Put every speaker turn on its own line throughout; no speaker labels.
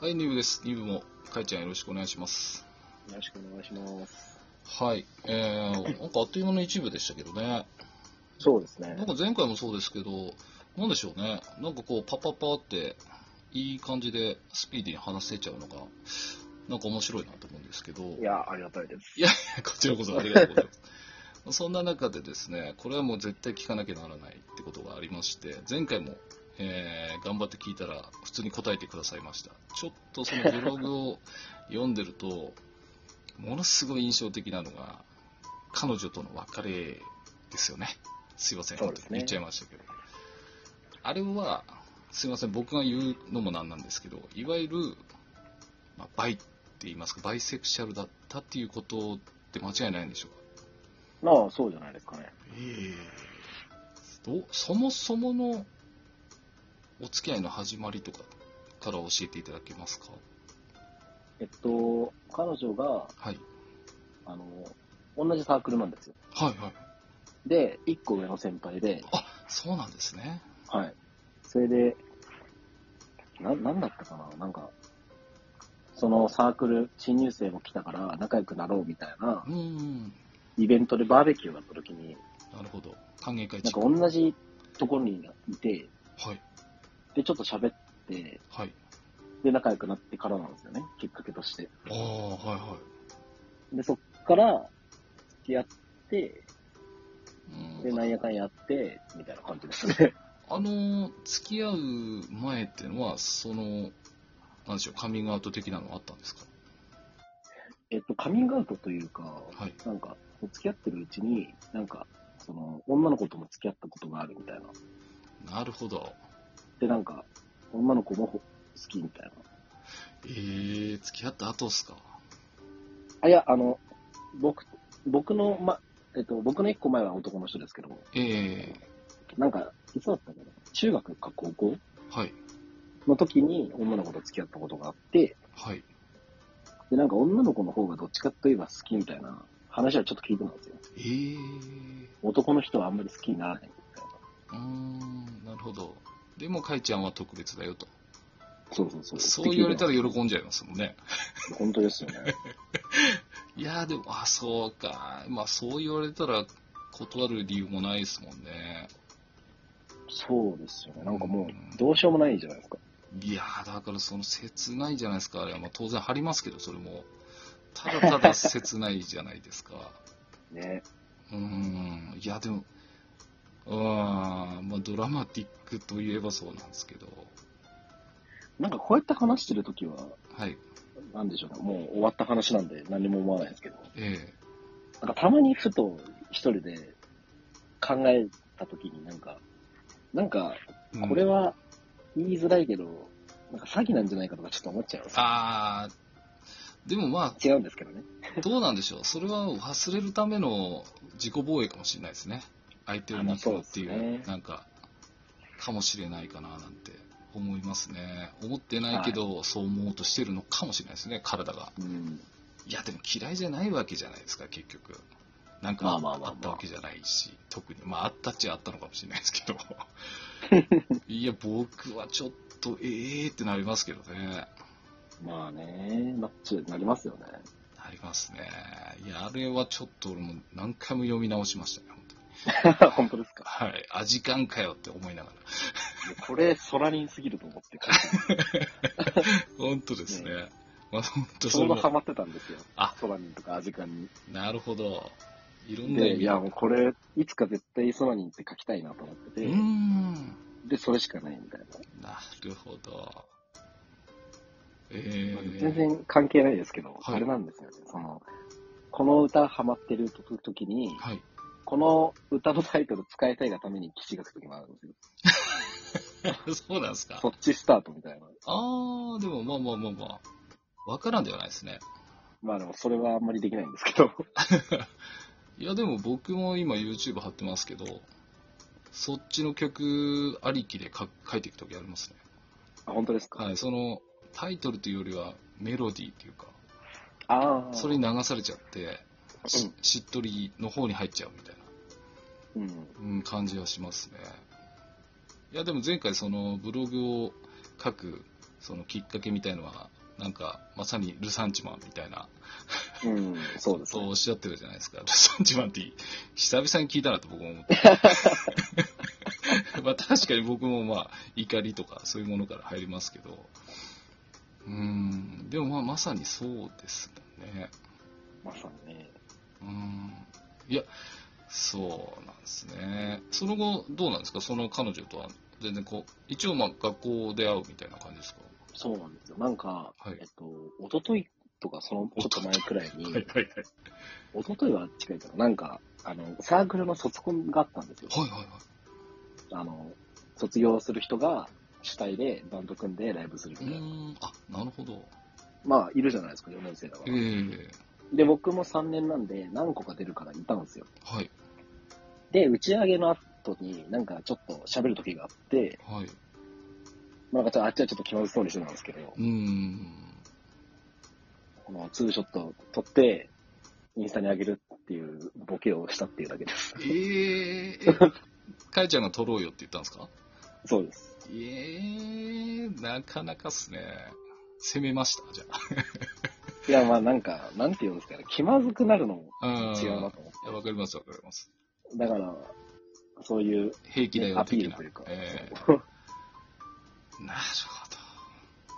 はい、2部です。2部も、かいちゃんよろしくお願いします。
よろしくお願いします。
はい。えー、なんかあっという間の一部でしたけどね。
そうです
な
ね
ん。か前回もそうですけど、なんでしょうね。なんかこう、パッパッパーって、いい感じでスピーディーに話せちゃうのが、なんか面白いなと思うんですけど、
いや、ありがたいです。
こちらこそありがとうございます。そんな中でですね、これはもう絶対聞かなきゃならないってことがありまして、前回も、えー頑張って聞いたら普通に答えてくださいました。ちょっとそのブログを読んでると、ものすごい印象的なのが、彼女との別れですよね。すいません、
そう
本
です
当
ね
に言っちゃいましたけど。あれは、すいません、僕が言うのもなんなんですけど、いわゆる、まあ、バイって言いますか、バイセクシャルだったっていうことって間違いないんでしょうか
まあ、そうじゃないですかね。
ええどうそもそものお付き合いの始まりとかから教えていただけますか
えっと、彼女が、
はい。
あの、同じサークルなんですよ。
はいはい。
で、一個上の先輩で、
あ、そうなんですね。
はい。それで、な、なんだったかななんか、そのサークル、新入生も来たから仲良くなろうみたいな
うーん。
イベントでバーベキューがあった時に、
なるほど。歓迎会
なん
チ
か
ッ
同じところにいて、
ク。はい。
で、ちょっと喋って、
はい。
で、仲良くなってからなんですよね。きっかけとして。
ああ、はいは
で、そっから、付き合って、
い。う
で、
ん
なんやかんやって、みたいな感じですね。
あの、付き合う前っていうのは、その、なんでしょう、カミングアウト的なのはあったんですか
えっと、カミングアウトというか、
はい。
なんか、付き合ってるうちに、なんか、その、女の子とも付き合ったことがあるみたいな。
なるほど。
で、なんか、女の子も好きみたいな。
えー、付き合った後っすか。
あ、いや、あの、僕、僕の、ま、えっと、僕の一個前は男の人ですけど、
え
なんか、いつだったかな中学か高校
ー、はい。
の時に女の子と付き合ったことがあって、
はい。
で、なんか女の子の方がどっちかといえば好きみたいな話はちょっと聞いてたんですよ。
えー、
男の人はあんまり好きにならないみたいな。
うーん、なるほど。でも、かいちゃんは特別だよと。
そうそうそう。
そう言われたら
喜
喜んじゃいますもんね。
本当ですよね。
いやー、でも、あ、そうか。まあ、そう言われたら、断る理由もないですもんね。
そうですよね。なんか
う
も
ん
う、どうしようもないじゃないですか。
いやー、だからその切ないじゃないですか、あれは。まあ、当然張りますけど、それも。ただただ切ないじゃないですか。
ね。
うーん、いや、でも、うーん、まあ、ドラマティックといえばそうなんですけど、
なんかこうやって話してるときは、
はい、
なんでしょうね。もう終わった話なんで何も思わないですけど。
え
なんかたまにふと一人で考えたときになんか、なんか
え
これ
は、
は言いづらいけど、なんか詐欺なんじゃないかとかちょっと思っちゃいます。
あー、でもまあ、
違うんですけどね。
どうなんでしょう、それは忘れるための自己防衛かもしれないですね、相手を見くってい
あ
う、
まあそうですね
なんか、かもしれないかななんて思いますね、思ってないけど、そう思おうとしてるのかもしれないですね、体が。
うん。
いや、でも嫌いじゃないわけじゃないですか、結局。なんか
ま
あ
あまあまあまあ
ったわけじゃないし、特に、まあ、あったっちゃあったのかもしれないですけ ど、いや、僕はちょっと、えーってなりますけどね。
まあね、マッチになりますよね。
ありますね。いや、あれはちょっと俺も何回も読み直しましたね、本当に。
本当ですか
はい。あ、時間かよって思いながら。
これ、ソラリンすぎると思って 書いて
本当ですね。まあ、本当
た、ちょ
そうの
どハマってたんですよ。
あ
ソラリンとかアジカンに。
なるほど。いろんな意
で、
味
いや、もうこれ、いつか絶対ソラリンって書きたいなと思って
う
て、
ーん。
で、それしかないみたいな。
なるほど。えー、
全然関係ないですけど、
はい
あれなんですよね。その、この歌ハマってる時に、
はい。
この歌のタイトル使いたいがために記事が書く時もあるんですよ。
そうなんですか。
そっちスタートみたいな。
あー、でもまあまあまあまあ。わからんではないですね。
まあでも、それはあんまりできないんですけ ど。
いや、でも僕も今 YouTube 貼ってますけど、そっちの曲ありきで書書いていくときありますね。
あ、本当ですか、
はい、そのタイトルというよりはメロディーというか、
ああ。
それに流されちゃって、し
うん
しっとりの方に入っちゃうみたいな、
うん。
うん、感じはしますね。いや、でも前回そのブログを書くそのきっかけみたいのは、なんか、まさにルサンチマンみたいな、
うん、そうです
と
ね
お。っしゃってるじゃないですか。 ルサンチマンって、久々に聞いたなと僕も思 って。まあ確かに僕もまあ、怒りとかそういうものから入りますけど、うーん、でもまあまさにそうですね。
まさにね。
うーん、いや、そうなんですね。その後、どうなんですかその彼女とは、全然こう、一応まあ学校で会うみたいな感じですか
そうなんですよ。なんか、
はい
えっと、一昨日とかそのちょっと前くらいに、
はいはいはい。
一昨日は近いかな、なんか、あの、サークルの卒コンがあったんですよ。
はいはいはい。
あの、卒業する人が主体でバンド組んでライブする
う
みたいな。
ーん、あ、なるほど。
まあ、いるじゃないですか、4年生だか
ええ
ら。で、僕も3年なんで、何個か出るからいたんですよ。
はい
で、打ち上げの後に、なんかちょっと喋る時があって、
はい。
まあ、なんかちょっとあっちはちょっと気まずそうにしてたんですけど
う、ーん。
このツーショット撮って、インスタに上げるっていうボケをしたっていうだけです。
ええ かえちゃんが撮ろうよって言ったんですか
そうです。
ええなかなかっすね。攻めました、じゃ
いや、まあなんか、なんて言うんですかね、気まずくなるのも
あ。うん。
違うないと思
や、わかりますわかります。
う。だから、そういう、
平気だ
ね、
よ、
アピー
的
ル
な
というか、。
え
そう
えなるほど。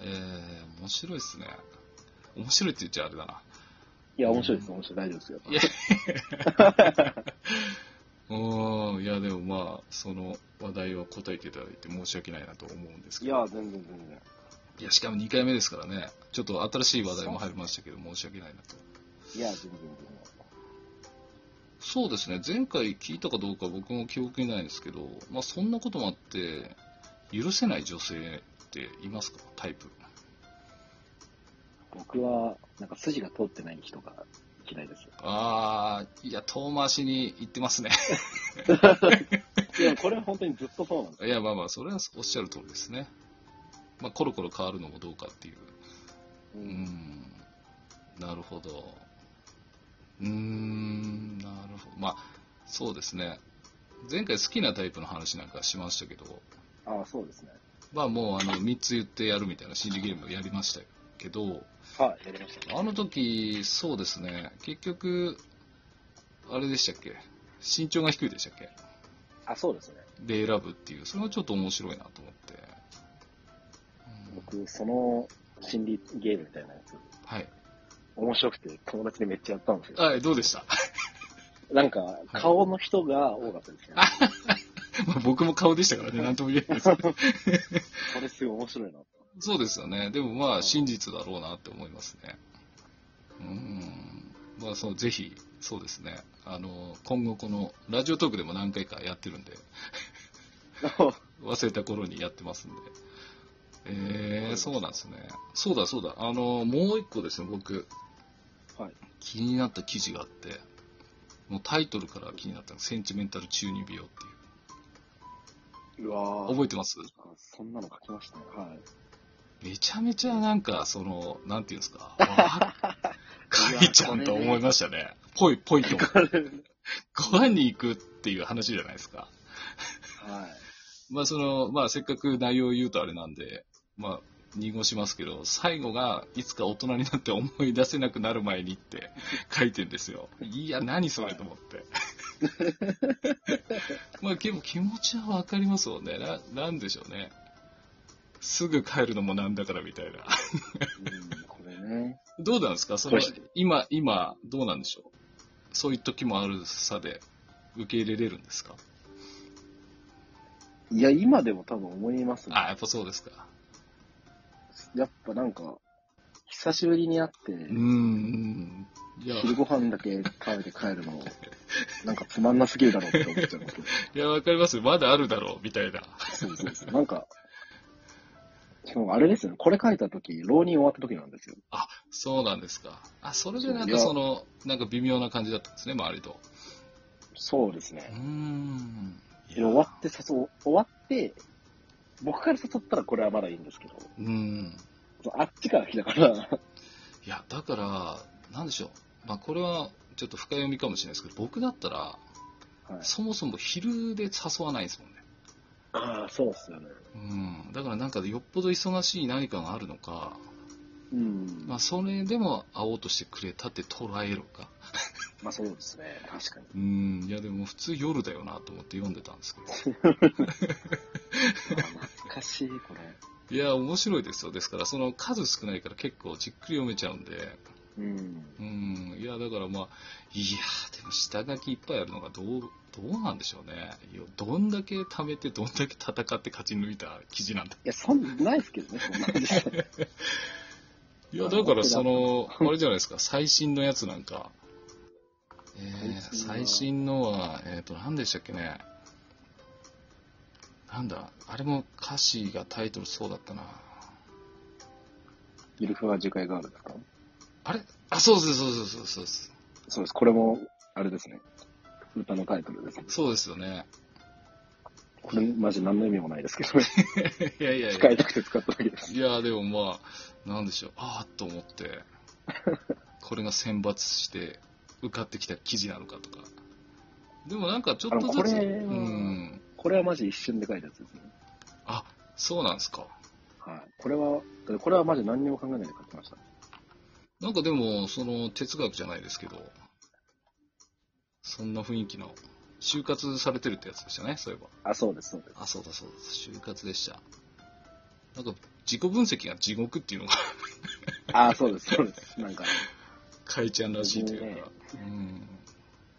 ええ面白いっすね。面白いって言っちゃあれだな。
いや、面白いです、面白い、大丈夫ですよ。
いやうん、いや、でもまあ、その話題を答えていただいて申し訳ないなと思うんですけ
い
ど。
や、全然全然。
いや、しかも2回目ですからね、ちょっと新しい話題も入りましたけど、申し訳ないなと。
いや、全然
そうですね、前回聞いたかどうか僕も記憶にないんですけど、まあ、そんなこともあって、許せない女性っていますか、タイプ。
僕は、なんか筋が通ってない人が 嫌いです。
あー、いや、遠回しに言ってますね。
いや、これは本当にずっとそうなんで す
いや、まあまあ、それはおっしゃる通りですね。まあ、コロコロ変わるのもどうかっていう。う
う。
んん、なるほど。うーん、なるほど。まあ、そうですね。前回好きなタイプの話なんかしましたけど、
ああ、そうですね。
まあもうあの3つ言ってやるみたいな心理ゲームをやりましたけど、
はい、やりました、
あの時、そうですね、結局、あれでしたっけ、身長が低いでしたっけ、
あ、そうですね。
で選ぶっていう、それはちょっと面白いなと思って。うん
僕、その心理ゲームみたいなやつ、
はい。
面白くて友達にめっちゃやったんですよ。
はい、どうでした
なんか、顔の人が多かったですね。
まあ僕も顔でしたからね、なんとも言えないですけど
これすごい面白いな。
そうですよね。でもま
う
あ、
ん
真実だろうなって思いますね。うん。まあ、そう、ぜひ、そうですね。あの、今後この、ラジオトークでも何回かやってるんで、忘れた頃にやってますんで。えー、そうなんですね。そうだそうだ。あの、もう一個ですね、僕、
はい。
気になった記事があって、もうタイトルから気になったのセンチメンタル中二病っていう。
うわ
覚えてます
あそんなの書きましたね。はい。
めちゃめちゃなんか、その、なんていうんです か、わーかいちゃんと思いましたね。ぽいぽいと。 ご飯に行くっていう話じゃないですか。
はい。
まあその、まあせっかく内容を言うとあれなんで、まあ濁しますけど、最後がいつか大人になって思い出せなくなる前にって 書いてんですよ。いや、何それと思 って。まあ結構気持ちはわかりますもんね。な、なんでしょうね。すぐ帰るのもなんだからみたいな。
うん、これね。
どうなんですかその
そうです
今、今、どうなんでしょうそういう時もあるさで受け入れれるんですか
いや、今でも多分思いますね。
あやっぱそうですか。
やっぱなんか、久しぶりに会って、
うーん。いや、
昼ご飯だけ食べて帰るの、なんかつまんなすぎるだろうって思っちゃうんです けど。
いや、わかります。まだあるだろう、みたいな。
そうそうそう。なんか、しかもあれですよね。これ書いた時、浪人終わった時なんですよ。
そうなんですか。あ、それでなん
い
か
や
その、なんか微妙な感じだったんですね、周りと。
そうです
うー
ね。
ん。い
で終わって誘う、終わって、僕から誘ったらこれはまだいいんですけど、
うーん。
そうあっちから来 たから、
いや、だから、なんでしょう。まあ、これは、ちょっと深読みかもしれないですけど、僕だったら、
はい
そもそも昼で誘わないですもんね。
ああ、そうっすよね。
うん、だからなんかよっぽど忙しい何かがあるのか、
うん。
まあ、それでも会おうとしてくれたって捉えろか。
まあそうですね。確かに。
うん、いやでも普通夜だよなと思って読んでたんですけど。
ああ懐かしい、これ。
いや、面白いですよ。ですから、その数少ないから結構じっくり読めちゃうんで、
うん。
うん、いや、だからまあ、いや、でも下書きいっぱいあるのがどう、どうなんでしょうね。いやどんだけ貯めて、どんだけ戦って勝ち抜いた記事なんだ。
いや、そんな、ないっすけどね、そんな感じ。
いや、だからその、あれじゃないですか、最新のやつなんか。えー最
最
新
新
のは、えっ、と、何でしたっけね。なんだ、あれも歌詞がタイトルそうだったな。
ゆるふわ樹海ガールですか
あれあ、そうです、そうです、そうですそうです。
そうです。これも、あれですね。歌のタイトルですね。
そうですよね。
これ、マジ何の意味もないですけどね。
いやいやい
使
や。
いたくて使っただけです。
いや、でもまあ、なんでしょう、ああと思 って、これが選抜して受かってきた記事なのかとか。でもなんかちょっと
あこ
ずつ、
れは
うん、
これはマジ一瞬で書いたやつですね。
あ、そうなんですか。
はい。これは、これはマジ何にも考えないで書きました。
なんかでも、その哲学じゃないですけど、そんな雰囲気の、就活されてるってやつでしたね、そういえば。
あ、そうです、そうです。
あ、そうだそうだ、就活でした。なんか、自己分析が地獄っていうのが、
あ、そうです、そうです。なんか、
かいちゃんらしいというか
ね、
うん。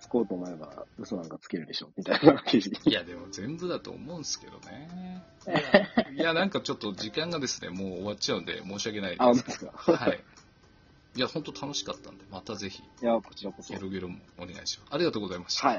つこうと思えば嘘なんかつけるでしょ、みたいな記事。
いや、でも全部だと思うんですけどね。いや、いやなんかちょっと時間がですね、もう終わっちゃうんで、申し訳ない
あ、本
で
当ですか。
す。はい。いや、本当楽しかったんで、またぜひ、
いや、こちらこそ。
ゲ
は
ロゲロもお願いします。ありがとうございました。
い。